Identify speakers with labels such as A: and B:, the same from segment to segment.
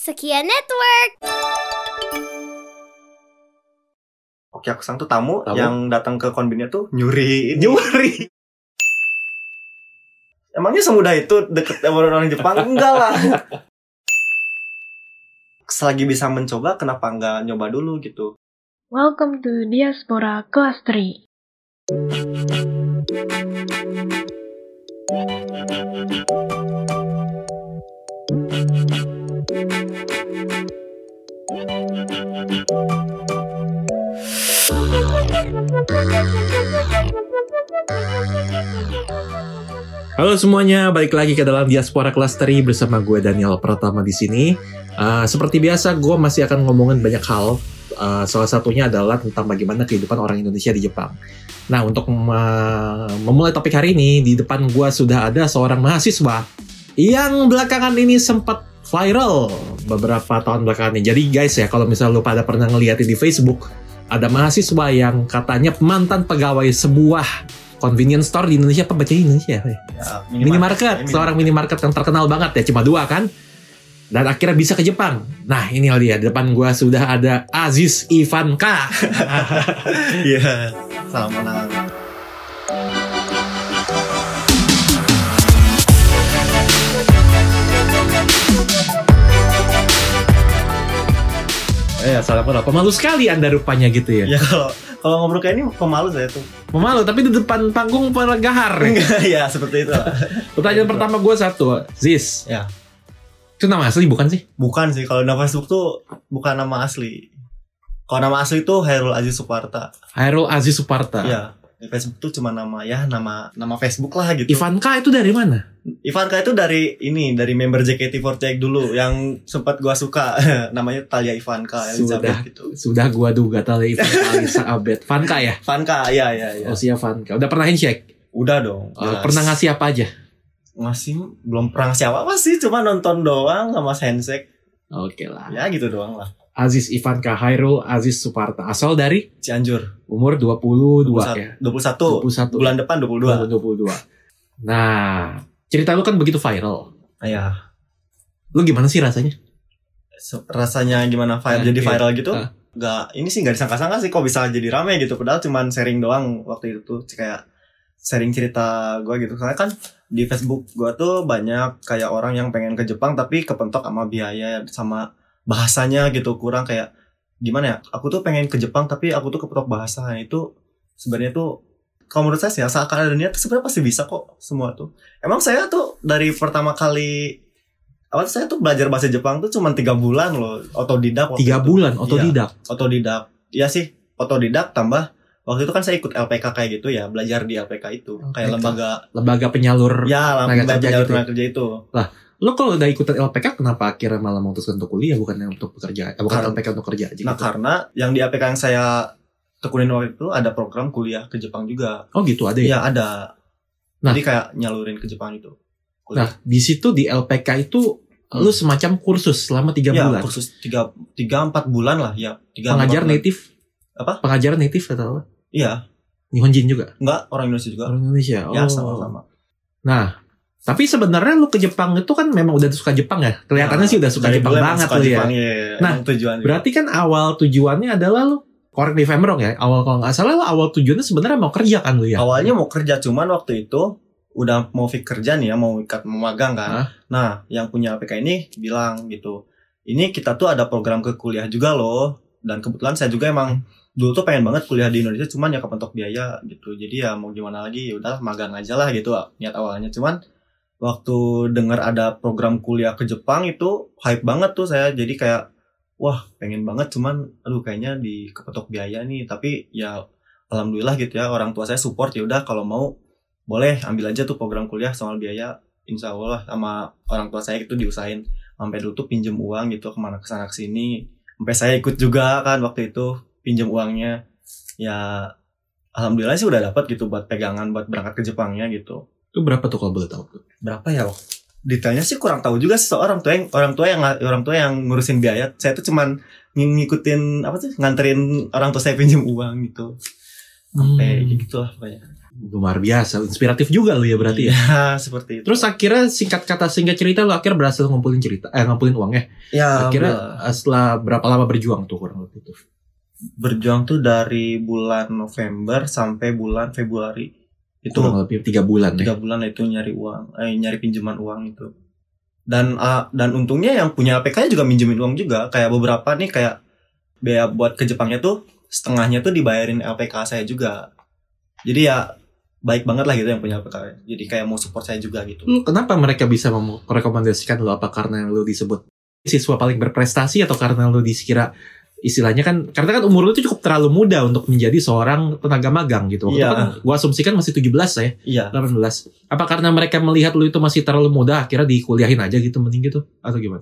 A: Sekian Network.
B: Oke, aku sang tuh tamu,
C: Tamu.
B: yang datang ke konbinnya tuh nyuri, nyuri. Emangnya semudah itu deket sama orang Jepang? Enggak lah. Selagi bisa mencoba, kenapa nggak nyoba dulu gitu?
D: Welcome to Diaspora Kelas 3.
C: Halo semuanya, balik lagi ke dalam Diaspora Clustery bersama gue Daniel Pratama di sini. Eh, seperti biasa, gue masih akan ngomongin banyak hal. Eh, salah satunya adalah tentang bagaimana kehidupan orang Indonesia di Jepang. Nah, untuk me- memulai topik hari ini, di depan gue sudah ada seorang mahasiswa yang belakangan ini sempat viral beberapa tahun belakangan ini. Jadi guys ya, kalau misalnya lu pada pernah ngeliatin di Facebook, ada mahasiswa yang katanya mantan pegawai sebuah convenience store di Indonesia, apa bacanya Indonesia? ya?
B: Ya,
C: minimarket,
B: minimarket.
C: seorang minimarket yang terkenal banget ya cuma dua kan dan akhirnya bisa ke Jepang nah ini dia di depan gua sudah ada Aziz Ivan K
B: Iya, sama lah.
C: eh salah pernah pemalu sekali anda rupanya gitu ya,
B: Ya kalau kalau ngobrol kayak ini pemalu saya tuh.
C: pemalu tapi di depan panggung pada gahar
B: ya seperti itu.
C: pertanyaan pertama gua satu Ziz
B: Ya.
C: itu nama asli bukan sih
B: Bukan sih kalau nama Facebook tuh bukan nama asli. Kalau nama asli tuh Hairul Aziz Suparta.
C: Hairul Aziz Suparta
B: Ya. Di Facebook tuh cuma nama ya nama nama Facebook lah gitu.
C: Ivan K itu dari mana
B: Ivanka itu dari ini dari member JKT48 dulu yang sempat gua suka namanya Talia Ivanka Elizabeth
C: Sudah.
B: gitu.
C: sudah gua duga tadi Ivan K, Alisa Abed Van K ya
B: Ivanka ya ya ya.
C: Osia Van K udah pernah handshake
B: Udah dong.
C: Eh,
B: jelas.
C: Oh. pernah ngasih apa aja
B: ngasih belum pernah ngasih apa-apa sih cuma nonton doang sama handshake
C: oke lah
B: ya gitu doang lah.
C: Aziz Ivan Kahairul Aziz Suparta asal dari
B: Cianjur
C: umur 22 ya
B: 21, 21
C: 21
B: bulan depan 22.
C: 22 nah cerita lu kan begitu viral
B: Iya.
C: lu gimana sih rasanya
B: So, rasanya gimana viral
C: Nah,
B: jadi
C: iya.
B: viral gitu
C: Ah.
B: nggak ini sih nggak disangka-sangka sih kok bisa jadi rame gitu padahal cuman sharing doang waktu itu tuh kayak sharing cerita gua gitu karena kan di Facebook gua tuh banyak kayak orang yang pengen ke Jepang tapi kepentok sama biaya sama bahasanya gitu kurang kayak gimana ya aku tuh pengen ke Jepang tapi aku tuh kepentok bahasa Nah, itu sebenarnya tuh kalau menurut saya sih asal kalian ada niat tuh sebenarnya pasti bisa kok semua tuh emang saya tuh dari pertama kali awal saya tuh belajar bahasa Jepang tuh cuma tiga bulan loh otodidak waktu
C: tiga
B: itu.
C: bulan otodidak
B: otodidak ya sih otodidak tambah waktu itu kan saya ikut LPK kayak gitu ya belajar di LPK itu kayak
C: LPK.
B: lembaga
C: lembaga penyalur
B: ya
C: Tenaga
B: lembaga
C: kerja
B: penyalur
C: gitu.
B: tenaga kerja itu
C: lu kalau udah ikutan LPK kenapa akhirnya malah memutuskan untuk kuliah bukan untuk pekerja eh, bukan
B: Karena-
C: LPK untuk kerja aja
B: nah
C: gitu.
B: karena yang di LPK yang saya tekunin waktu itu ada program kuliah ke Jepang juga
C: oh gitu ada
B: ya
C: ya
B: ada
C: Nah.
B: jadi kayak nyalurin ke Jepang itu
C: nah di situ di LPK itu lu semacam kursus selama tiga
B: ya Hmm.
C: bulan
B: kursus tiga tiga empat bulan lah ya tiga
C: pengajar
B: empat bulan.
C: native
B: Apa?
C: pengajar native atau apa
B: iya
C: Nihonjin juga
B: enggak orang Indonesia juga
C: orang Indonesia oh.
B: ya sama-sama
C: Nah, tapi sebenarnya lu ke Jepang itu kan memang udah suka Jepang ya.
B: Nah,
C: Kelihatannya sih udah suka
B: dari
C: Jepang
B: dulu emang
C: banget
B: suka
C: lu ya.
B: Jepang, iya, iya,
C: Nah,
B: emang tujuan
C: Berarti kan awal tujuannya adalah lu korek di Femrong ya. Awal kalau nggak salah lu awal tujuannya sebenarnya mau kerja kan lu ya.
B: awalnya mau kerja cuman waktu itu udah mau fix kerja nih ya mau ikat mau magang kan
C: Hah?
B: nah yang punya APK ini bilang gitu ini kita tuh ada program ke kuliah juga loh dan kebetulan saya juga emang dulu tuh pengen banget kuliah di Indonesia cuman ya kepentok biaya gitu jadi ya mau gimana lagi ya udahlah magang aja lah gitu niat awalnya cuman waktu dengar ada program kuliah ke Jepang itu hype banget tuh saya jadi kayak wah pengen banget cuman aduh kayaknya di kepetok biaya nih tapi ya alhamdulillah gitu ya orang tua saya support ya udah kalau mau boleh ambil aja tuh program kuliah soal biaya insya Allah sama orang tua saya itu diusahain sampai dulu tuh pinjem uang gitu kemana kesana kesini sampai saya ikut juga kan waktu itu pinjem uangnya ya alhamdulillah sih udah dapat gitu buat pegangan buat berangkat ke Jepangnya gitu
C: Itu berapa tuh kalau boleh tahu?
B: berapa ya waktu detailnya sih kurang tahu juga sih soal orang tua yang orang tua yang orang tua yang ngurusin biaya saya tuh cuman ng- ngikutin apa sih nganterin orang tua saya pinjam uang gitu kayak
C: Hmm.
B: gitu lah pokoknya
C: Luar biasa, inspiratif juga lu ya berarti ya.
B: ya seperti itu
C: Terus akhirnya singkat kata singkat cerita lu akhirnya berhasil ngumpulin cerita, eh ngumpulin uang ya.
B: ya
C: akhirnya
B: alhamdulillah.
C: eh, setelah berapa lama berjuang tuh kurang lebih itu?
B: berjuang tuh dari bulan November sampai bulan Februari itu
C: Kurang lebih tiga bulan ya.
B: tiga bulan itu nyari uang eh, nyari pinjaman uang itu dan ah, dan untungnya yang punya APK juga minjemin uang juga kayak beberapa nih kayak biaya buat ke Jepangnya tuh setengahnya tuh dibayarin APK saya juga jadi ya baik banget lah gitu yang punya APK jadi kayak mau support saya juga gitu
C: Lu Hmm, Kenapa mereka bisa merekomendasikan lu apa karena lu disebut siswa paling berprestasi atau karena lu dikira istilahnya kan karena kan umur lu tuh cukup terlalu muda untuk menjadi seorang tenaga magang gitu. Waktu itu
B: Iya.
C: kan gua asumsikan masih 17 ya,
B: iya
C: 18. Apa karena mereka melihat lu itu masih terlalu muda akhirnya dikuliahin aja gitu mending gitu atau gimana?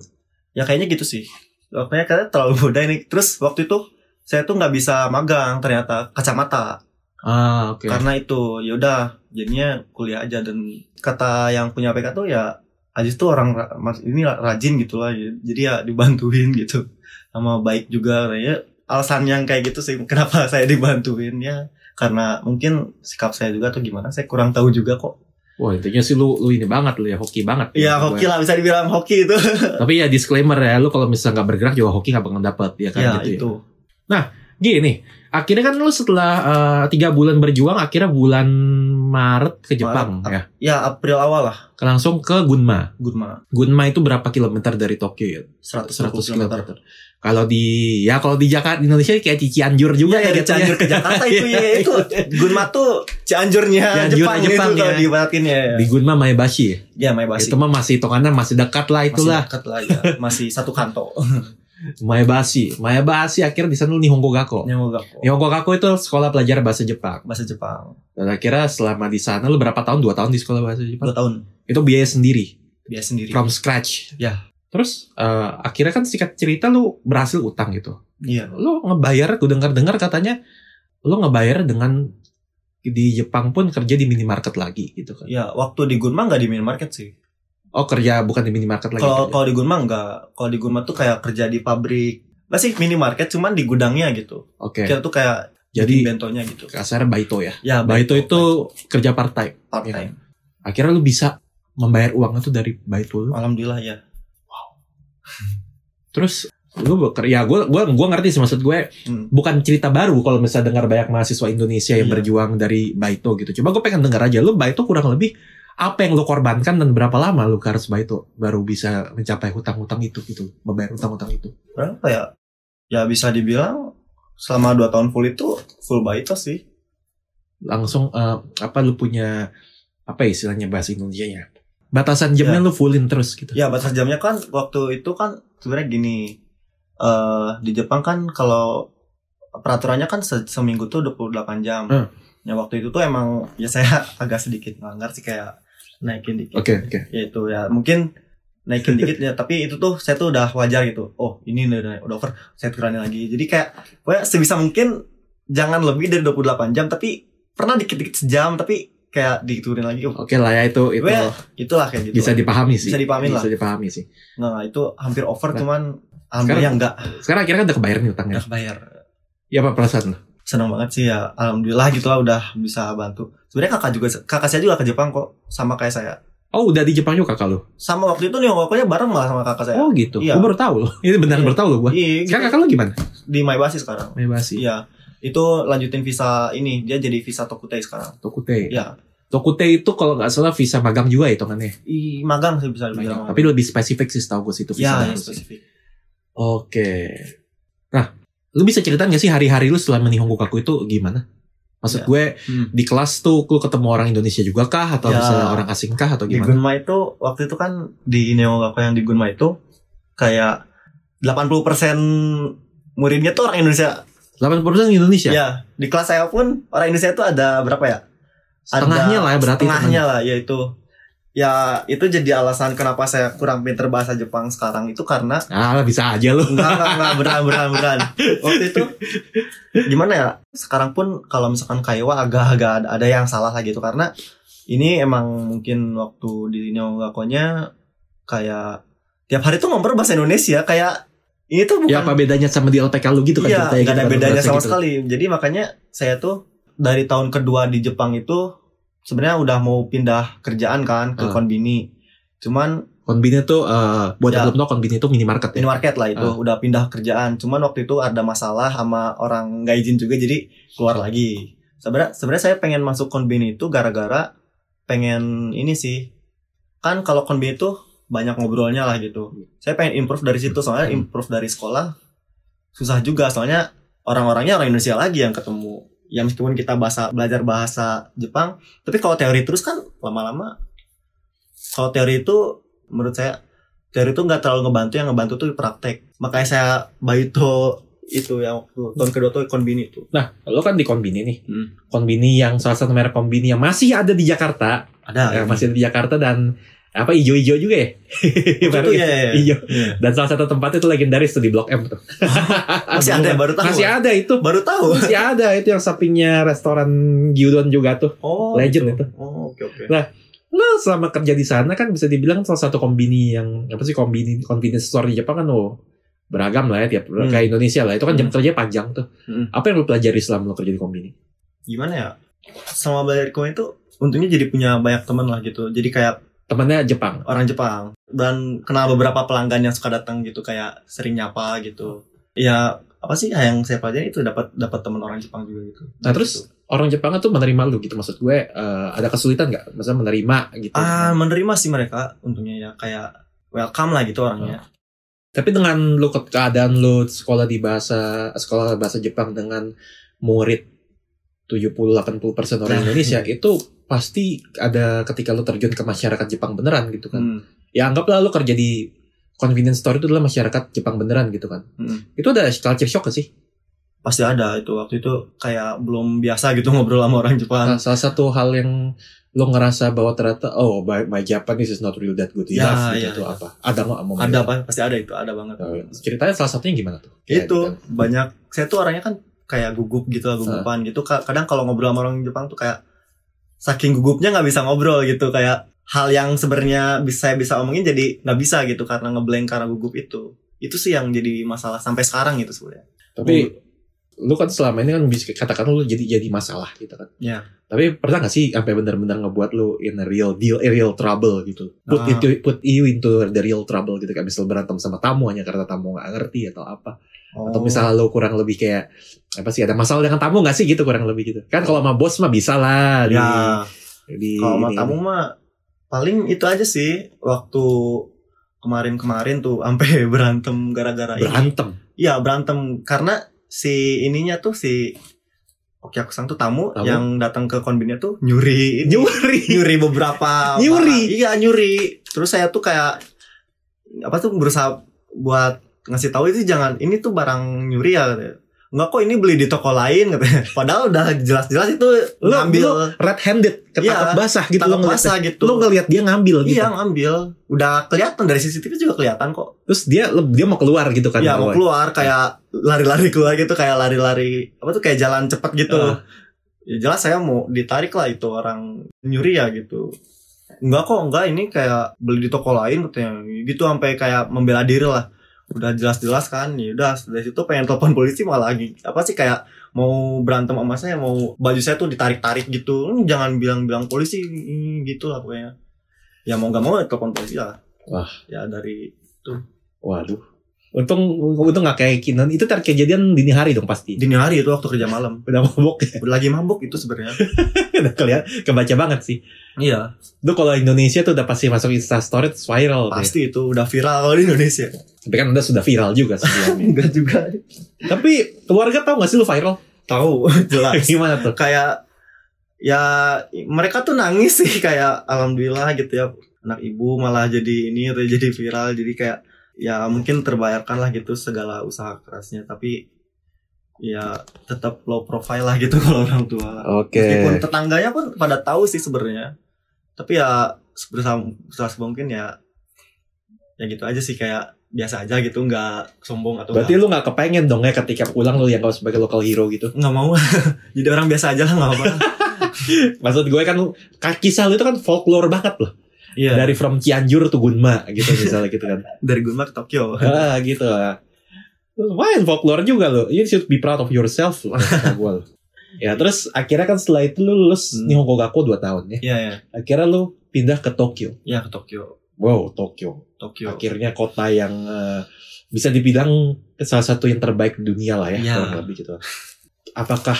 B: ya kayaknya gitu sih pokoknya karena terlalu muda ini terus waktu itu saya tuh nggak bisa magang ternyata kacamata
C: Ah, oke.
B: karena itu yaudah jadinya kuliah aja dan kata yang punya PK tuh ya Aziz tuh orang ra- mas- ini ra- rajin gitu lah jadi ya dibantuin gitu sama baik juga ya alasan yang kayak gitu sih kenapa saya dibantuin ya karena mungkin sikap saya juga atau gimana saya kurang tahu juga kok
C: Wah, intinya sih lu lu ini banget lu ya hoki banget.
B: ya hoki lah bisa dibilang hoki itu
C: Tapi ya disclaimer ya, lu kalau misalnya nggak bergerak juga hoki nggak bakal dapet ya kan
B: ya
C: gitu. ya.
B: itu
C: gini akhirnya kan lu setelah eh, tiga bulan berjuang akhirnya bulan Maret ke Jepang
B: Maret, ya
C: ya
B: April awal lah
C: Ke- langsung ke Gunma
B: Gunma
C: Gunma itu berapa kilometer dari Tokyo ya
B: 100, kilometer
C: 100 kilometer kalau di ya kalau di Jakarta Indonesia kayak di Cianjur juga
B: Iya,
C: ya,
B: dari
C: gitu ya.
B: Cianjur ke Jakarta itu ya itu Gunma tuh Cianjurnya
C: Cianjur
B: Jepang,
C: Jepang,
B: itu kalau
C: ya.
B: diibaratin ya
C: di Gunma Maebashi ya.
B: ya main
C: itu mah masih hitungannya masih dekat lah
B: Masih
C: itulah
B: dekat lah ya. Masih satu kantor.
C: Maebashi Maebashi akhirnya di sana lu nih Honggogako
B: Nyamuk gak kok.
C: Honggogako itu sekolah pelajar bahasa Jepang
B: oh, Bahasa Jepang.
C: dan akhirnya selama di sana lu berapa tahun dua tahun di sekolah bahasa Jepang
B: Dua tahun.
C: itu biaya sendiri
B: Biasa sendiri.
C: from scratch.
B: Ya.
C: Terus eh, akhirnya kan singkat cerita lu berhasil utang gitu.
B: Iya.
C: Lu ngebayar, gue dengar-dengar katanya lu ngebayar dengan di Jepang pun kerja di minimarket lagi gitu kan.
B: Ya, waktu di Gunma nggak di minimarket sih.
C: Oh kerja bukan di minimarket lagi.
B: Kalau
C: kerja.
B: kalau di Gunma nggak. Kalau di Gunma tuh kayak kerja di pabrik. Nggak sih minimarket cuman di gudangnya gitu.
C: Oke.
B: Kita tuh kayak bikin
C: Iya. Jadi
B: bentonya gitu.
C: kasarnya baito ya.
B: Ya,
C: Baito itu kerja part time.
B: part
C: ya kan?
B: time.
C: Akhirnya lu bisa membayar uang itu dari baito lu.
B: Alhamdulillah ya.
C: Terus lu bekerja ya gue gua gua ngerti sih maksud gue
B: Hmm.
C: bukan cerita baru kalau misalnya dengar banyak mahasiswa Indonesia yang
B: Iya.
C: berjuang dari Baito gitu. Coba gue pengen dengar aja lu Baito kurang lebih apa yang lu korbankan dan berapa lama lu ke harus Baito baru bisa mencapai hutang-hutang itu gitu, membayar hutang-hutang itu.
B: Berapa ya? Ya bisa dibilang selama dua tahun full itu full Baito sih.
C: Langsung eh, apa lu punya apa ya istilahnya bahasa Indonesia ya? Batasan jamnya
B: Iya.
C: lu fullin terus gitu.
B: Ya batas jamnya kan waktu itu kan sebenarnya gini eh di Jepang kan kalau peraturannya kan se- seminggu tuh 28 jam.
C: Hmm.
B: Ya waktu itu tuh emang ya saya agak sedikit melanggar sih kayak naikin dikit.
C: Oke, oke.
B: Ya itu ya mungkin naikin dikit ya tapi itu tuh saya tuh udah wajar gitu. Oh, ini udah udah- udah over, saya kurangin lagi. Jadi kayak pokoknya sebisa mungkin jangan lebih dari 28 jam tapi pernah dikit-dikit sejam tapi kayak diturunin lagi. Oh,
C: Oke lah ya itu itu
B: Well, Itulah kayak gitu.
C: bisa dipahami sih.
B: Bisa dipahami lah.
C: Bisa dipahami sih.
B: Nah itu hampir over
C: Nah.
B: cuman alhamdulillah enggak
C: Sekarang akhirnya kan udah kebayar nih hutangnya.
B: udah bayar.
C: Ya apa perasaan lu?
B: Senang banget sih ya alhamdulillah gitu lah udah bisa bantu. Sebenarnya kakak juga kakak saya juga ke Jepang kok sama kayak saya.
C: Oh, udah di Jepang juga kakak lu.
B: Sama waktu itu nih pokoknya bareng malah sama kakak saya.
C: Oh gitu.
B: Iya.
C: Gue baru tahu loh. Ini benar
B: Iya.
C: baru tahu loh gua.
B: Iya, gitu.
C: Sekarang kakak lu gimana?
B: di Maibasi sekarang.
C: Bebas sih.
B: Iya. Itu lanjutin visa ini dia jadi visa Tokutei sekarang.
C: Tokute.
B: Iya.
C: Tokute itu kalau nggak salah visa magang juga ya hitungannya.
B: I magang sih bisa dibilang.
C: Tapi lebih spesifik sih tahu gue sih itu visa
B: ya, ya,
C: baru sih.
B: Iya. spesifik.
C: Oke. Nah, lu bisa ceritain gak sih hari-hari lu setelah menihonggu kaku itu gimana? Maksud
B: Ya.
C: gue
B: Hmm.
C: di kelas tuh lu ketemu orang Indonesia juga kah atau
B: Ya.
C: misalnya orang asing kah atau
B: di
C: gimana?
B: Gunma itu waktu itu kan di Neogako yang di Gunma itu kayak 80% muridnya tuh orang Indonesia.
C: 80% Indonesia.
B: Ya. di kelas saya pun orang Indonesia itu ada berapa ya?
C: Setengahnya lah ya berarti
B: Tengahnya lah yaitu ya itu jadi alasan kenapa saya kurang pinter bahasa Jepang sekarang itu karena
C: temennya. Ah, bisa aja lu.
B: enggak enggak enggak beneran beneran beneran waktu itu gimana ya sekarang pun kalau misalkan Kaiwa agak-agak ada, ada yang salah lah gitu karena ini emang mungkin waktu di Neongakonya kayak tiap hari tuh ngobrol bahasa Indonesia kayak ini tuh bukan
C: Ya apa bedanya sama di LPK lu Ya, gitu kan
B: iya,
C: ceritanya
B: gak ada
C: gitu,
B: bedanya
C: bahasa
B: sama
C: gitu.
B: sekali. Jadi makanya saya tuh dari tahun kedua di Jepang itu sebenarnya udah mau pindah kerjaan kan ke
C: Ah.
B: konbini. Cuman
C: Konbini tuh eh, buat
B: Ya.
C: yang belum tahu konbini itu minimarket ya.
B: minimarket lah itu
C: Ah.
B: udah pindah kerjaan. Cuman waktu itu ada masalah sama orang nggak izin juga jadi keluar lagi. Sebenarnya sebenarnya saya pengen masuk konbini itu gara-gara pengen ini sih. Kan kalau konbini itu banyak ngobrolnya lah gitu.
C: Iya.
B: Saya pengen improve dari situ soalnya
C: Hmm.
B: improve dari sekolah susah juga soalnya orang-orangnya orang Indonesia lagi yang ketemu. Ya meskipun kita bahasa belajar bahasa Jepang, tapi kalau teori terus kan lama-lama kalau teori itu menurut saya teori itu nggak terlalu ngebantu yang ngebantu tuh praktek makanya saya baito itu yang waktu tahun kedua tuh konbini itu
C: Nah, lo kan di konbini nih.
B: Hmm.
C: Konbini yang salah satu merek konbini yang masih ada di Jakarta,
B: ada iya.
C: yang masih ada di Jakarta dan apa ijo-ijo juga ya?
B: itu
C: Baru
B: ya, ya, ya.
C: Ijo.
B: Iya.
C: Dan salah satu tempatnya itu legendaris tuh di Blok M tuh.
B: Ah, masih ada yang baru tahu
C: Masih ada itu.
B: baru tahu
C: Masih ada itu yang sampingnya restoran Gyudon juga tuh.
B: oh
C: Legend itu.
B: oh oke oke
C: Lo selama kerja di sana kan bisa dibilang salah satu kombini yang apa sih kombini convenience store di Jepang kan lo beragam lah ya tiap
B: Hmm.
C: kayak Indonesia lah itu kan jam
B: Hmm.
C: kerja panjang tuh.
B: Hmm.
C: Apa yang lo pelajari selama lo kerja di kombini?
B: gimana ya sama belajar koin itu untungnya jadi punya banyak teman lah gitu jadi kayak
C: Temennya Jepang.
B: orang Jepang dan kenal beberapa pelanggan yang suka datang gitu kayak sering nyapa gitu ya apa sih yang saya pelajari itu dapat dapat teman orang Jepang juga gitu
C: Nah, terus orang Jepang tuh menerima lu gitu maksud gue eh, ada kesulitan nggak maksudnya menerima gitu
B: ah menerima sih mereka untungnya ya kayak welcome lah gitu orangnya
C: Ah, tapi dengan lu ke- keadaan lu sekolah di bahasa sekolah bahasa Jepang dengan murid 70-80% orang Indonesia itu pasti ada ketika lu terjun ke masyarakat Jepang beneran gitu kan
B: Hmm,
C: ya anggaplah lu kerja di convenience store itu adalah masyarakat Jepang beneran gitu kan
B: hmm.
C: itu ada culture shock gak sih
B: pasti ada itu waktu itu kayak belum biasa gitu ngobrol sama orang Jepang
C: Nah, salah satu hal yang lu ngerasa bahwa ternyata oh my, my Japanese is not real that good
B: Ya,
C: enough
B: ya,
C: gitu itu apa ada nggak momen
B: ada
C: itu?
B: apa pasti ada itu ada banget
C: Oh, ceritanya salah satunya gimana tuh? Kayak
B: itu
C: gitu.
B: banyak saya tuh orangnya kan kayak gugup gitu lah gugupan gitu Ka- kadang kalau ngobrol sama orang Jepang tuh kayak saking gugupnya nggak bisa ngobrol gitu kayak hal yang sebenarnya bisa saya bisa omongin jadi nggak bisa gitu karena ngeblank karena gugup itu itu sih yang jadi masalah sampai sekarang gitu sebenarnya
C: Tapi lu kan selama ini kan bisa katakan lu jadi jadi masalah gitu kan.
B: Iya.
C: Tapi pernah gak sih sampai benar-benar ngebuat lu in a real deal, a real trouble gitu.
B: Ah.
C: Put itu put you into the real trouble gitu kayak misal berantem sama tamu hanya karena tamu nggak ngerti atau apa.
B: Oh.
C: Atau misal lu kurang lebih kayak apa sih ada masalah dengan tamu gak sih gitu kurang lebih gitu. Kan kalau sama bos mah bisa lah di
B: ya
C: di
B: Kalau sama
C: ini-
B: tamu mah paling itu aja sih waktu kemarin-kemarin tuh sampai berantem gara-gara ini.
C: berantem.
B: Iya berantem karena si ininya tuh si Oke aku sang tuh tamu,
C: Tamu?
B: yang datang ke konbinnya tuh nyuri ini.
C: Nyuri.
B: nyuri beberapa
C: Nyuri?
B: barang. iya nyuri terus saya tuh kayak apa tuh berusaha buat ngasih tahu itu jangan ini tuh barang nyuri ya katanya. Enggak kok ini beli di toko lain katanya. Padahal udah jelas-jelas itu
C: Lu-
B: ngambil
C: lu red handed
B: Iya,
C: ketangkep basah gitu
B: tangkap
C: lu ngeliat
B: basah gitu.
C: lu ngelihat dia ngambil gitu.
B: Iya ngambil Udah kelihatan dari CCTV juga kelihatan kok
C: Terus dia dia mau keluar gitu kan.
B: Iya mau
C: bawah.
B: keluar kayak lari-lari keluar gitu Kayak lari-lari Apa tuh kayak jalan cepet gitu
C: Ah.
B: Ya jelas saya mau ditarik lah itu orang nyuri ya gitu Enggak kok enggak ini kayak beli di toko lain katanya Gitu sampai kayak membela diri lah Udah jelas-jelas kan ya udah dari situ pengen telepon polisi malah lagi Apa sih kayak mau berantem sama saya mau baju saya tuh ditarik-tarik gitu Hmm, jangan bilang-bilang polisi hmm, gitu lah pokoknya ya mau nggak mau ya telepon polisi lah
C: Wah.
B: ya dari
C: Waduh. Untung untung nggak kayak Kinan. Itu tar kejadian dini hari dong pasti.
B: dini hari itu waktu kerja malam
C: Udah mabok ya.
B: udah lagi mabuk itu sebenarnya
C: Udah kelihatan kebaca banget sih.
B: iya
C: Itu kalau Indonesia tuh udah pasti masuk Insta Story terus viral deh.
B: pasti itu udah viral kalau di Indonesia
C: Tapi kan udah sudah viral juga sebelumnya.
B: enggak juga
C: Tapi keluarga tahu gak sih lu viral?
B: tahu jelas
C: Gimana tuh?
B: kayak ya mereka tuh nangis sih kayak alhamdulillah gitu ya anak ibu malah jadi ini tuh jadi viral jadi kayak ya mungkin terbayarkan lah gitu segala usaha kerasnya tapi ya tetap low profile lah gitu kalau orang tua Meskipun
C: Oke.
B: tetangganya pun pada tahu sih sebenarnya. Tapi ya sebesar sebesar mungkin ya ya gitu aja sih kayak biasa aja gitu nggak sombong atau
C: Berarti
B: nggak
C: lu gak kepengen dong ya ketika pulang lu yang sebagai local hero gitu.
B: nggak mau jadi orang biasa aja lah nggak apa-apa
C: Maksud gue kan lu- kaki sal itu kan folklore banget loh.
B: iya dari
C: Dari from Cianjur to Gunma gitu misalnya gitu kan.
B: dari Gunma ke Tokyo
C: ah, gitu lah. Lumayan folklore juga lo. You should be proud of yourself. lah, kata gua. Ya terus akhirnya kan setelah itu lu lulus
B: Hmm.
C: Nihongogaku 2 tahun ya.
B: Iya ya,
C: Akhirnya lu pindah ke Tokyo.
B: iya ke Tokyo.
C: Wow, Tokyo.
B: Tokyo.
C: Akhirnya kota yang eh, bisa dibilang salah satu yang terbaik di dunia lah ya,
B: Iya.
C: kurang lebih gitu. Apakah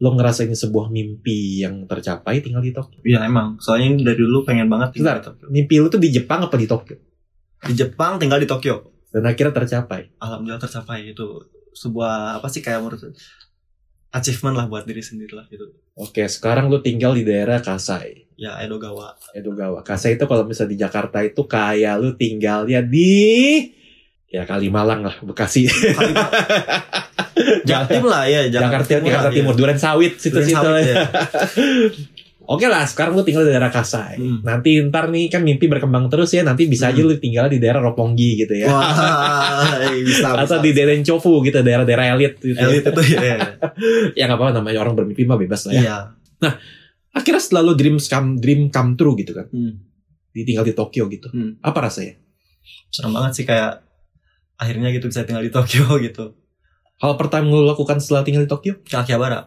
C: lo ngerasa ini sebuah mimpi yang tercapai tinggal di Tokyo?
B: Iya emang, soalnya dari dulu pengen banget tinggal di Tokyo.
C: Mimpi lu tuh di Jepang apa di Tokyo?
B: Di Jepang tinggal di Tokyo.
C: Dan akhirnya tercapai.
B: Alhamdulillah tercapai itu sebuah apa sih kayak menurut achievement lah buat diri sendiri lah gitu.
C: Oke, sekarang lu tinggal di daerah Kasai.
B: Ya Edogawa.
C: Edogawa. Kasai itu kalau misalnya di Jakarta itu kayak lu tinggalnya di ya Kalimalang lah, Bekasi.
B: Jatim lah ya,
C: Jakarta, Jakarta,
B: lah,
C: Timur, Duren Sawit
B: iya. Duren
C: situ-situ.
B: sawit ya.
C: Oke lah, sekarang lu tinggal di daerah Kasai.
B: Hmm.
C: Nanti ntar nih kan mimpi berkembang terus ya, nanti bisa aja lu tinggal di daerah Roponggi gitu ya.
B: Wah, eh, bisa.
C: Atau
B: bisa.
C: di Denencofu gitu, daerah-daerah elit gitu.
B: elit itu ya. ya.
C: Ya nggak apa-apa namanya orang bermimpi mah bebas lah ya.
B: Iya.
C: Akhirnya setelah lu dream come, dream come true gitu kan,
B: Hmm.
C: ditinggal di Tokyo gitu.
B: Hmm.
C: Apa rasanya?
B: Serem banget sih kayak akhirnya gitu bisa tinggal di Tokyo gitu.
C: Hal pertama yang lu lakukan setelah tinggal di Tokyo?
B: Ke Akihabara.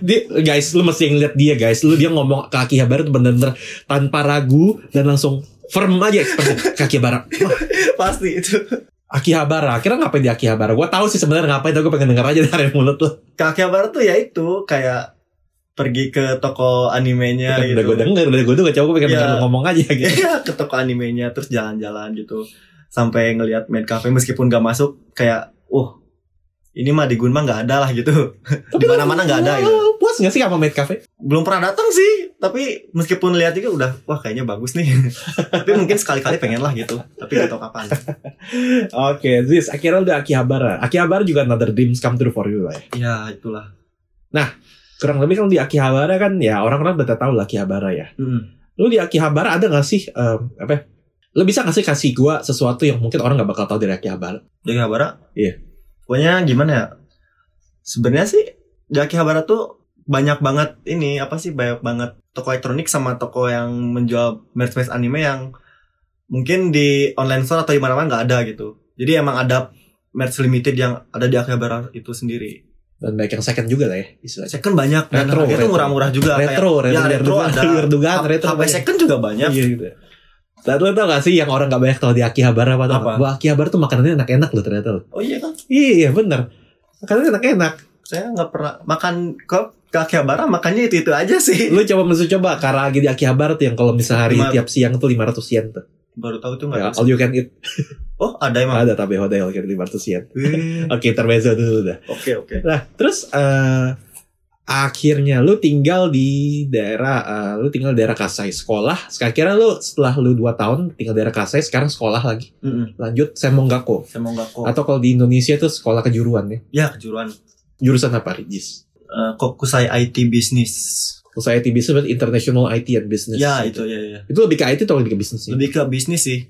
C: Dia, guys, lu mesti ngeliat dia guys. Lu dia ngomong kaki Akihabara tuh bener-bener tanpa ragu dan langsung firm aja ekspresi kaki Akihabara. Wah,
B: Pasti itu.
C: Akihabara. Akhirnya ngapain di Akihabara? Gua tahu sih sebenarnya ngapain, tapi gue pengen denger aja dari mulut lu.
B: Ke Akihabara tuh ya itu kayak pergi ke toko animenya
C: Kan
B: gitu.
C: Udah gue denger, udah gue denger. Coba gue pengen
B: Iya.
C: denger lu ngomong aja gitu.
B: Iya, ke toko animenya terus jalan-jalan gitu. Sampai ngelihat maid cafe meskipun gak masuk kayak uh ini mah di Gun mah nggak ada lah gitu. Di
C: lu-
B: mana-mana nggak ada,
C: lu-
B: gitu.
C: lu Puas gak sih sama Maid Cafe?
B: Belum pernah datang sih, tapi meskipun lihat juga udah wah kayaknya bagus nih. tapi mungkin sekali-kali pengen lah gitu, tapi gak tahu kapan.
C: Oke, Ziz. Akhirnya udah Akihabara. Akihabara juga another dreams come true for you lah ya.
B: Iya, itulah.
C: Kurang lebih kan di Akihabara kan ya orang-orang udah tahu lah Akihabara ya.
B: Hmm.
C: lu di Akihabara ada gak sih em, apa ya? lu bisa gak sih kasih gua sesuatu yang mungkin orang gak bakal tahu dari Akihabara
B: Di Akihabara?
C: Iya.
B: Pokoknya gimana ya? Sebenarnya sih di Akihabara tuh banyak banget ini apa sih banyak banget toko elektronik sama toko yang menjual merchandise anime yang mungkin di online store atau di mana-mana nggak ada gitu. Jadi emang ada merch limited yang ada di Akihabara itu sendiri.
C: dan banyak yang second juga lah ya istilahnya
B: Second banyak dan
C: Retro,
B: harganya
C: retro.
B: tuh murah-murah juga
C: retro
B: kayak ya, retro ada.
C: luar dugaan
B: H-
C: retro
B: HP second juga banyak.
C: iya gitu dan lu tau gak sih yang orang gak banyak tahu di Akihabara apa, tau
B: Apa?
C: gak? Wah Akihabara tuh makanannya enak-enak loh ternyata loh
B: Oh iya kan?
C: iya bener makanannya enak-enak
B: Saya nggak pernah makan ke ke Akihabara makannya itu-itu aja sih.
C: lu coba mesti coba karagi di Akihabara tuh yang kalau misalnya hari
B: Lima-
C: tiap siang tuh 500 yen tuh
B: Baru tahu tuh
C: Ya,
B: nggak
C: all you can eat
B: Oh, ada emang.
C: ada tapi hotel kira 500 yen
B: Wih,
C: oke terbezo dulu dah
B: Oke, oke.
C: Nah, terus eh, akhirnya lu tinggal di daerah eh, lu tinggal di daerah Kasai sekolah. Akhirnya lu setelah lu 2 tahun tinggal di daerah Kasai sekarang sekolah lagi.
B: Mm-mm.
C: Lanjut Semonggako.
B: Saya mau nggak kok.
C: Atau kalau di Indonesia itu sekolah kejuruan
B: Ya,
C: ya.
B: kejuruan.
C: Jurusan apa, Rigis?
B: Eh, Kokusai IT Business.
C: Society Business berarti International IT and Business.
B: Ya, itu ya, ya.
C: Itu lebih ke IT atau lebih ke ya? bisnis sih?
B: Lebih ke bisnis sih.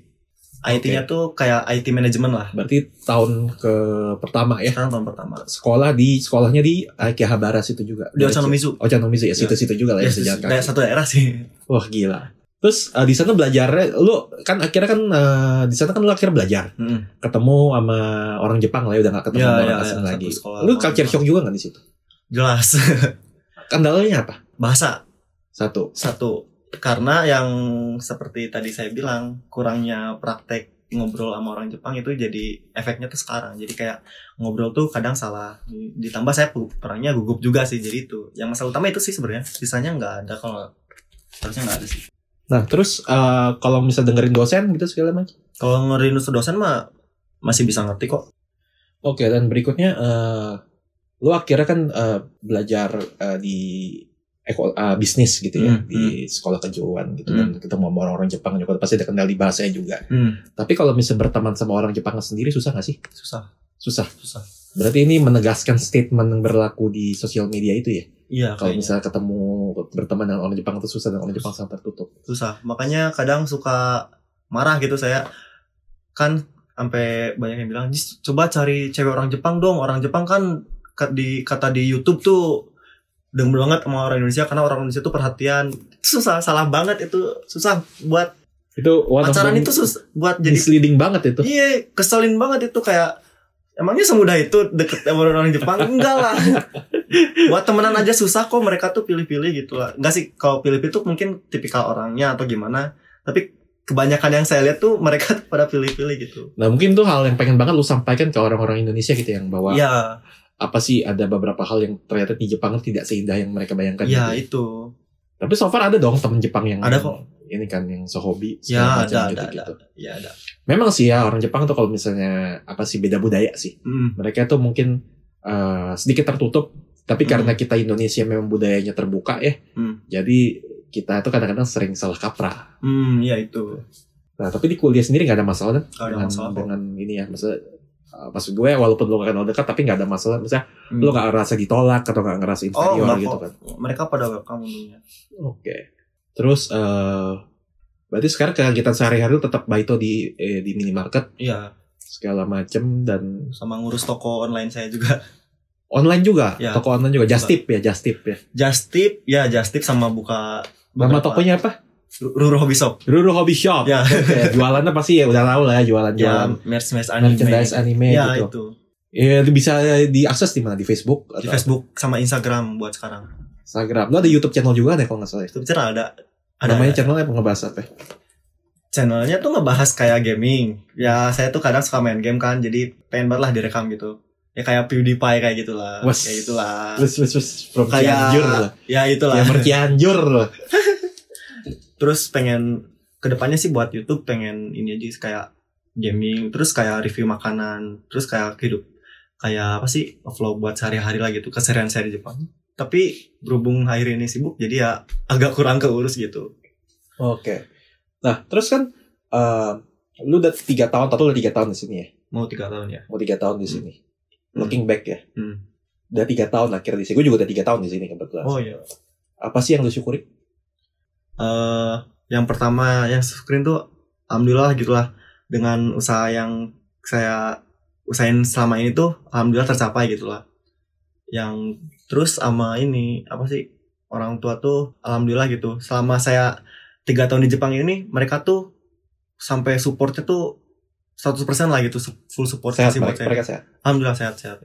B: IT-nya tuh kayak IT manajemen lah.
C: Berarti tahun ke pertama ya.
B: Sekarang tahun pertama.
C: Sekolah di sekolahnya di Akihabara situ juga.
B: Di Ochanomizu.
C: Ochanomizu ya, situ-situ juga lah
B: Ya,
C: ya, sejalan kaki.
B: daerah- satu daerah sih.
C: Wah gila. Terus eh, di sana belajarnya, lu kan akhirnya kan eh, di sana kan lu akhirnya belajar,
B: Mm-mm.
C: ketemu sama orang Jepang lah ya udah gak ketemu
B: Iya,
C: sama
B: iya,
C: orang asing
B: iya,
C: lagi.
B: satu sekolah
C: Lu
B: sama
C: culture
B: Jepang.
C: shock juga nggak di situ?
B: Jelas.
C: Kendalanya apa?
B: Bahasa
C: Satu.
B: satu. Karena yang seperti tadi saya bilang, kurangnya praktek ngobrol sama orang Jepang itu jadi efeknya tuh sekarang. Jadi kayak ngobrol tuh kadang salah. Ditambah saya pu- orangnya gugup juga sih jadi itu. Yang masalah utama itu sih sebenarnya. Sisanya nggak ada kalau harusnya nggak ada sih.
C: Nah terus eh, kalau misal dengerin dosen gitu segala macam.
B: Kalau ngerindu dosen mah masih bisa ngerti kok.
C: Oke dan berikutnya eh, lu akhirnya kan eh, belajar eh, di eko- eh, bisnis gitu ya
B: Hmm,
C: di sekolah kejuruan gitu
B: Hmm.
C: dan ketemu sama orang-orang Jepang juga pasti ada kendali bahasanya juga.
B: Hmm,
C: Tapi kalau misal berteman sama orang Jepang sendiri susah gak sih?
B: susah,
C: Susah.
B: susah.
C: Berarti ini menegaskan statement yang berlaku di sosial media itu ya.
B: Iya,
C: Kalau
B: kayaknya
C: misalnya ketemu berteman dengan orang Jepang itu susah dan orang Jepang sangat tertutup.
B: susah. Makanya kadang suka marah gitu saya. Kan sampai banyak yang bilang, "Jis, coba cari cewek orang Jepang dong. Orang Jepang kan ka- di kata di YouTube tuh denger banget sama orang Indonesia karena orang Indonesia tuh perhatian. Susah, salah banget itu. Susah buat
C: Itu one of
B: pacaran
C: the-
B: itu susah buat jadi
C: misleading banget itu.
B: Iya, keselin banget itu kayak emangnya semudah itu deket sama orang Jepang? Enggak lah. buat temenan aja susah kok mereka tuh pilih-pilih gitu lah nggak sih kalau pilih-pilih tuh mungkin tipikal orangnya atau gimana tapi kebanyakan yang saya lihat tuh mereka tuh pada pilih-pilih gitu
C: Nah mungkin tuh hal yang pengen banget lu sampaikan ke orang-orang Indonesia gitu yang bahwa
B: Iya,
C: apa sih ada beberapa hal yang ternyata di Jepang tidak seindah yang mereka bayangkan.
B: iya itu.
C: gitu. Tapi so far ada dong temen Jepang yang
B: Ada kok.
C: Ini kan yang sehobi
B: Ya ada,
C: segala macam
B: ada, ada,
C: gitu-gitu.
B: Ya ada.
C: Memang sih ya orang Jepang tuh kalau misalnya apa sih beda budaya sih.
B: Mm,
C: mereka tuh mungkin eh, sedikit tertutup tapi
B: Hmm.
C: karena kita Indonesia memang budayanya terbuka ya
B: Hmm.
C: jadi kita tuh kadang-kadang sering salah kaprah
B: mm, ya itu.
C: nah tapi di kuliah sendiri nggak ada masalah kan
B: Kalau ada
C: dengan,
B: masalah kok.
C: dengan ini ya maksudnya eh, maksud gue walaupun lo gak kenal dekat tapi nggak ada masalah misalnya
B: Mm.
C: lo gak ngerasa ditolak atau gak ngerasa
B: Oh,
C: inferior
B: enggak
C: gitu
B: kok.
C: kan
B: Mereka pada welcome dulunya.
C: oke terus eh, berarti sekarang kegiatan sehari-hari lo tetap baito di eh, di minimarket
B: Iya,
C: segala macem dan
B: sama ngurus toko online saya juga.
C: online juga
B: Ya.
C: toko online juga just tip ya just tip ya
B: Just tip, ya just tip sama buka
C: nama
B: beberapa-
C: tokonya apa
B: Ru- Ruru Hobby Shop.
C: Ruru Hobby Shop.
B: Ya.
C: Oke, jualannya pasti ya udah tahu lah ya jualan-jualan
B: Ya, merchandise anime.
C: merchandise anime
B: ya
C: gitu.
B: itu.
C: Ya, itu bisa diakses di mana? Di Facebook
B: Di
C: atau
B: Facebook sama Instagram buat sekarang.
C: Instagram. Lo ada YouTube channel juga deh kalau nggak salah.
B: Itu bicara ada ada
C: Namanya channelnya apa ngebahas apa? ya?
B: channelnya tuh ngebahas kayak gaming. Ya saya tuh kadang suka main game kan, jadi pengen banget lah direkam gitu. Ya kayak PewDiePie kayak gitulah,
C: Wes.
B: kayak gitulah.
C: Terus terus terus from
B: Kayak-
C: Cianjur lah.
B: Ya itulah.
C: Ya mercianjur lah.
B: Terus pengen kedepannya sih buat YouTube pengen ini aja sih, kayak gaming, terus kayak review makanan, terus kayak hidup kayak apa sih vlog buat sehari-hari lah gitu keserian saya di Jepang. Tapi berhubung akhir ini sibuk jadi ya agak kurang keurus gitu.
C: Oke. Nah, terus kan eh, lu udah tiga tahun, atau udah tiga tahun di sini ya?
B: Mau tiga tahun ya.
C: Mau tiga tahun di sini.
B: Hmm.
C: Looking back ya.
B: Hmm.
C: Udah tiga tahun akhirnya di sini. Gue juga udah tiga tahun di sini kebetulan.
B: Oh iya.
C: Apa sih yang lu syukuri?
B: eh yang pertama yang screen tuh alhamdulillah gitulah dengan usaha yang saya usahain selama ini tuh alhamdulillah tercapai gitulah yang terus sama ini apa sih orang tua tuh alhamdulillah gitu selama saya tiga tahun di Jepang ini mereka tuh sampai supportnya tuh 100% lah gitu su- full support
C: Sehat,
B: sih buat
C: mereka,
B: saya.
C: mereka sehat.
B: Alhamdulillah sehat-sehat.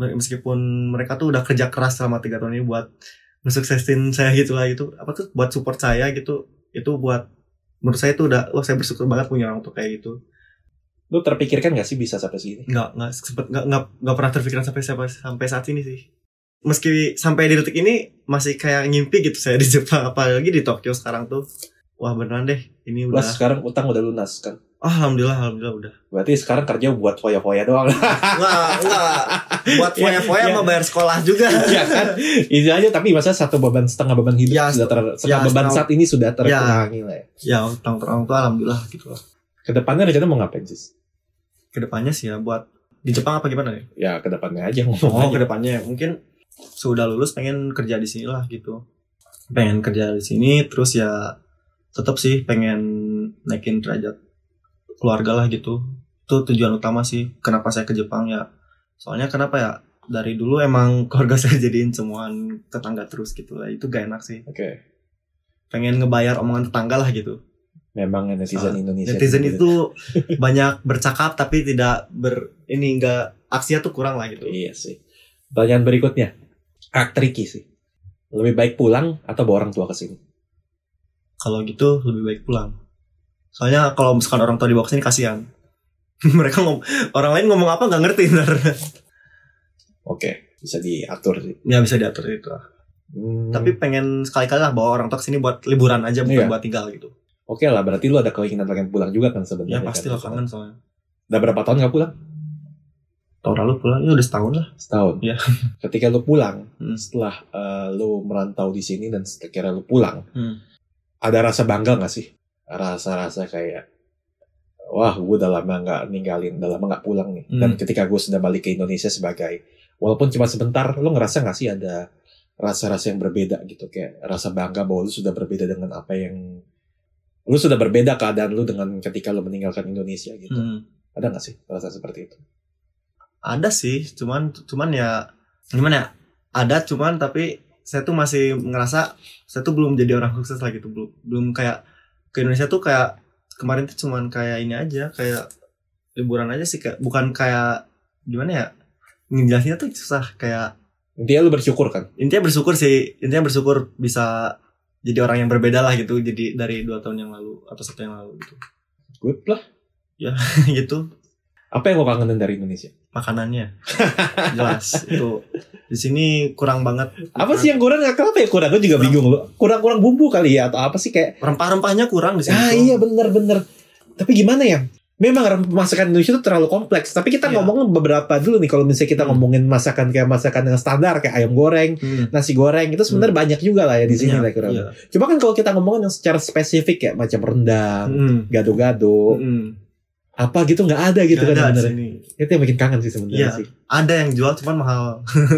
B: Meskipun mereka tuh udah kerja keras selama tiga tahun ini buat ngesuksesin saya gitu lah gitu. Apa tuh buat support saya gitu. Itu buat menurut saya tuh udah wah saya bersyukur banget punya orang tua kayak gitu.
C: Lu terpikirkan gak sih bisa sampai segini?
B: Nggak nggak sempet nggak nggak, nggak pernah terpikiran sampai sampai sampai saat ini sih. Meski sampai di detik ini masih kayak ngimpi gitu saya di Jepang apalagi di Tokyo sekarang tuh. Wah beneran deh ini
C: Plus
B: udah.
C: sekarang utang udah lunas kan.
B: Ah, alhamdulillah alhamdulillah udah.
C: Berarti sekarang kerja buat foya-foya doang.
B: Nggak nggak buat
C: Iya, Ah. iya.
B: foya-foya sama bayar sekolah juga.
C: ya kan? Istilahnya tapi masa satu beban setengah beban hidup
B: Ya,
C: sudah ter, setengah
B: ya,
C: beban
B: setengah-
C: saat ini sudah terkurangi lah ya.
B: Ya orang tua orang tua alhamdulillah gitu lah.
C: Kedepannya rencana mau ngapain sih?
B: kedepannya sih ya buat di Jepang apa gimana ya?
C: Ya kedepannya aja ngomong
B: Oh
C: aja.
B: kedepannya mungkin sudah lulus pengen kerja di sini lah gitu. Pengen kerja di sini terus ya tetap sih pengen naikin derajat keluarga lah gitu. Itu tujuan utama sih kenapa saya ke Jepang ya. Soalnya kenapa ya dari dulu emang keluarga saya jadiin semuaan tetangga terus gitu lah. Itu gak enak sih.
C: Oke,
B: Pengen ngebayar omongan tetangga lah gitu.
C: memang netizen Indonesia.
B: Ah, Netizen
C: gitu.
B: itu banyak bercakap tapi tidak ber ini enggak aksinya tuh kurang lah gitu.
C: Iya sih. Pertanyaan berikutnya, ah tricky sih. Lebih baik pulang atau bawa orang tua ke sini?
B: kalau gitu lebih baik pulang soalnya kalau misalkan orang tua dibawa ke sini kasihan mereka ngom orang lain ngomong apa nggak ngerti ntar
C: Oke, bisa diatur sih.
B: ya bisa diatur itu lah.
C: Hmm,
B: tapi pengen sekali-kali lah bawa orang tua ke sini buat liburan aja bukan
C: Iya.
B: buat tinggal gitu
C: oke lah, berarti lu ada keinginan pengen pulang juga kan
B: ya
C: sebenarnya.
B: pasti lah kangen soalnya
C: Udah berapa tahun nggak pulang?
B: tahun lalu pulang ya udah setahun lah
C: Setahun.
B: Iya.
C: Ketika lu pulang,
B: Hmm.
C: setelah eh, lu merantau di sini dan sekiranya lu pulang,
B: Hmm.
C: ada rasa bangga nggak sih? Rasa-rasa kayak wah gue udah lama nggak ninggalin, udah lama nggak pulang nih. Dan
B: Hmm.
C: ketika gue sudah balik ke Indonesia sebagai walaupun cuma sebentar, lu ngerasa nggak sih ada rasa-rasa yang berbeda gitu kayak rasa bangga bahwa lu sudah berbeda dengan apa yang lu sudah berbeda keadaan lu dengan ketika lu meninggalkan Indonesia gitu.
B: Hmm.
C: Ada nggak sih rasa seperti itu?
B: ada sih cuman cuman ya gimana ya ada cuman tapi saya tuh masih ngerasa saya tuh belum jadi orang sukses lah gitu belum belum kayak ke Indonesia tuh kayak kemarin tuh cuman kayak ini aja kayak liburan aja sih kayak bukan kayak gimana ya ngejelasinnya tuh susah kayak
C: Intinya lu bersyukur kan?
B: intinya bersyukur sih intinya bersyukur bisa jadi orang yang berbeda lah gitu jadi dari dua tahun yang lalu atau satu yang lalu gitu
C: Good lah.
B: gitu
C: Apa yang lo kangenin dari Indonesia?
B: makanannya jelas itu di sini kurang banget
C: Apa sih yang kurang? Kenapa ya kurang? Gue juga bingung lo. Kurang-kurang bumbu kali ya atau apa sih kayak?
B: rempah-rempahnya kurang di sini
C: Ah
B: tuh.
C: iya bener-bener. Tapi gimana ya? Memang rem- masakan Indonesia itu terlalu kompleks. Tapi kita
B: Iya.
C: ngomongin beberapa dulu nih. Kalau misalnya kita
B: Hmm.
C: ngomongin masakan kayak masakan yang standar kayak ayam goreng,
B: Hmm.
C: nasi goreng itu sebenarnya banyak juga lah ya di sini
B: Iya,
C: lah kurang.
B: iya.
C: Cuma kan kalau kita ngomongin yang secara spesifik kayak macam rendang,
B: Hmm.
C: gado-gado,
B: Hmm.
C: apa gitu nggak ada gitu
B: Nggak
C: kan
B: ada di
C: sebenarnya.
B: sini
C: Itu yang bikin kangen sih sebenarnya
B: Iya.
C: sih.
B: ada yang jual cuman mahal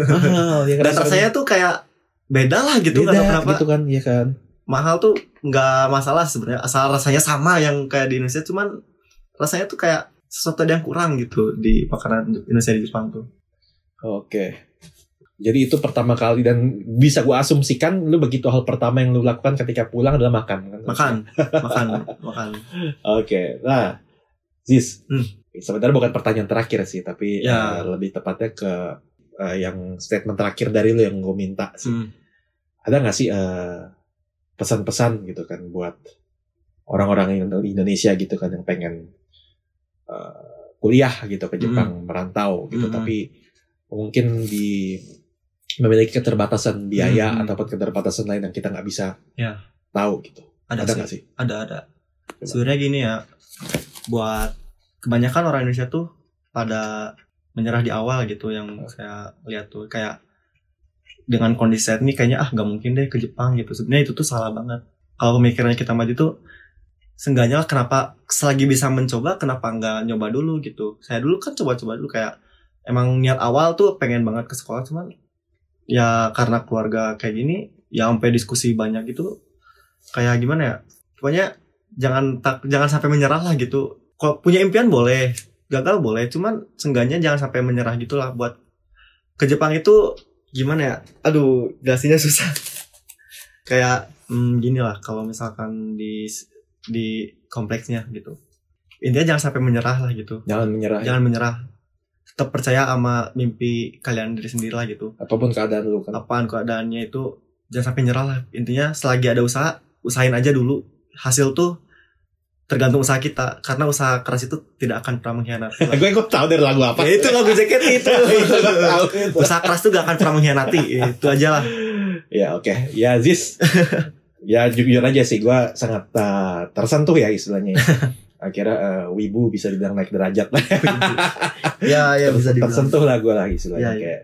C: Mahal. yang
B: dan
C: rasa-
B: rasanya tuh kayak beda lah gitu nggak
C: beda
B: tahu kenapa
C: gitu kan, iya kan.
B: mahal tuh nggak masalah sebenarnya asal rasanya sama yang kayak di Indonesia cuman rasanya tuh kayak sesuatu ada yang kurang gitu di makanan Indonesia di Jepang tuh
C: Oke. Jadi itu pertama kali dan bisa gue asumsikan lu begitu hal pertama yang lu lakukan ketika pulang adalah makan. kan?
B: makan makan makan
C: Oke. Nah, Ziz.
B: Hmm.
C: Sebenarnya bukan pertanyaan terakhir sih, tapi
B: Ya.
C: eh, lebih tepatnya ke eh, yang statement terakhir dari lu yang gue minta. sih.
B: Hmm.
C: Ada nggak sih eh, pesan-pesan gitu kan buat orang-orang Indo- Indonesia gitu kan yang pengen eh, kuliah gitu ke
B: Hmm.
C: Jepang merantau gitu,
B: Mm-mm.
C: tapi mungkin di memiliki keterbatasan biaya
B: Mm-mm.
C: ataupun keterbatasan lain yang kita nggak bisa
B: Hmm. Ya.
C: tahu gitu.
B: ada,
C: Ada
B: sih.
C: nggak sih?
B: ada ada sebenarnya gini ya buat kebanyakan orang Indonesia tuh pada menyerah di awal gitu yang saya lihat tuh kayak dengan kondisi saat ini kayaknya ah nggak mungkin deh ke Jepang gitu sebenarnya itu tuh salah banget kalau pemikirannya kita maju tuh seenggaknya lah kenapa selagi bisa mencoba kenapa nggak nyoba dulu gitu saya dulu kan coba-coba dulu kayak emang niat awal tuh pengen banget ke sekolah cuman ya karena keluarga kayak gini ya sampai diskusi banyak gitu kayak gimana ya pokoknya jangan tak jangan sampai menyerah lah gitu. Kalau punya impian boleh, gagal boleh, cuman seenggaknya jangan sampai menyerah gitulah buat ke Jepang itu gimana ya? Aduh, jelasinnya susah. Kayak hmm, gini lah kalau misalkan di di kompleksnya gitu. Intinya jangan sampai menyerah lah gitu.
C: Jangan menyerah ya.
B: Jangan menyerah. Tetap percaya sama mimpi kalian diri sendiri lah gitu
C: apapun keadaan lu kan.
B: apaan keadaannya itu jangan sampai nyerah lah intinya selagi ada usaha usahain aja dulu hasil tuh tergantung usaha kita karena usaha keras itu tidak akan pernah mengkhianati lah.
C: gue gue tahu dari lagu apa.
B: ya itu lagu jaket itu
C: Gua tahu itu.
B: usaha keras tuh gak akan pernah mengkhianati itu aja lah
C: Ya oke, ya Aziz. ya jujur aja sih, gue sangat uh, tersentuh ya istilahnya. ya. Akhirnya uh, Wibu bisa dibilang naik derajat lah.
B: ya ya bisa dibilang
C: tersentuh lah gue lah istilahnya
B: Ya, ya.
C: kayak.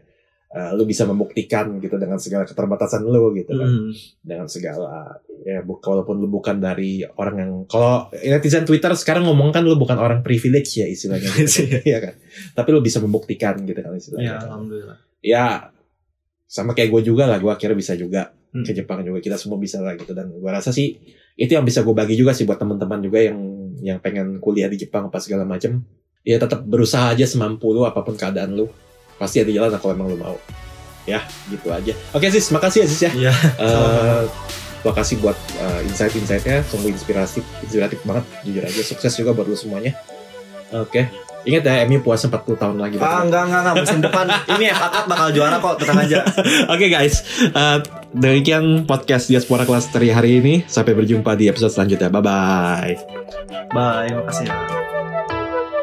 C: uh, lu bisa membuktikan gitu dengan segala keterbatasan lu gitu kan.
B: Hmm.
C: dengan segala ya bu, walaupun lu bukan dari orang yang kalau netizen Twitter sekarang ngomong kan lu bukan orang privilege ya istilahnya gitu, kan. Iya kan tapi lu bisa membuktikan gitu kan
B: ya
C: istilahnya kan.
B: alhamdulillah
C: ya sama kayak gue juga lah gue akhirnya bisa juga
B: Hmm.
C: ke Jepang juga kita semua bisa lah gitu dan gue rasa sih itu yang bisa gue bagi juga sih buat teman-teman juga yang yang pengen kuliah di Jepang apa segala macem ya tetap berusaha aja semampu lu apapun keadaan lu pasti ada jalan kalau emang lu mau ya gitu aja oke sis makasih ya sis ya
B: Iya,
C: Eh, terima kasih buat eh, insight-insightnya sungguh inspiratif inspiratif banget jujur aja sukses juga buat lu semuanya oke ingat ya MU puasa 40 tahun lagi
B: ah enggak enggak enggak musim depan ini FA Cup bakal juara kok tenang aja
C: Oke guys, eh, demikian podcast Diaspora Cluster hari ini. Sampai berjumpa di episode selanjutnya. Bye-bye.
B: bye makasih ya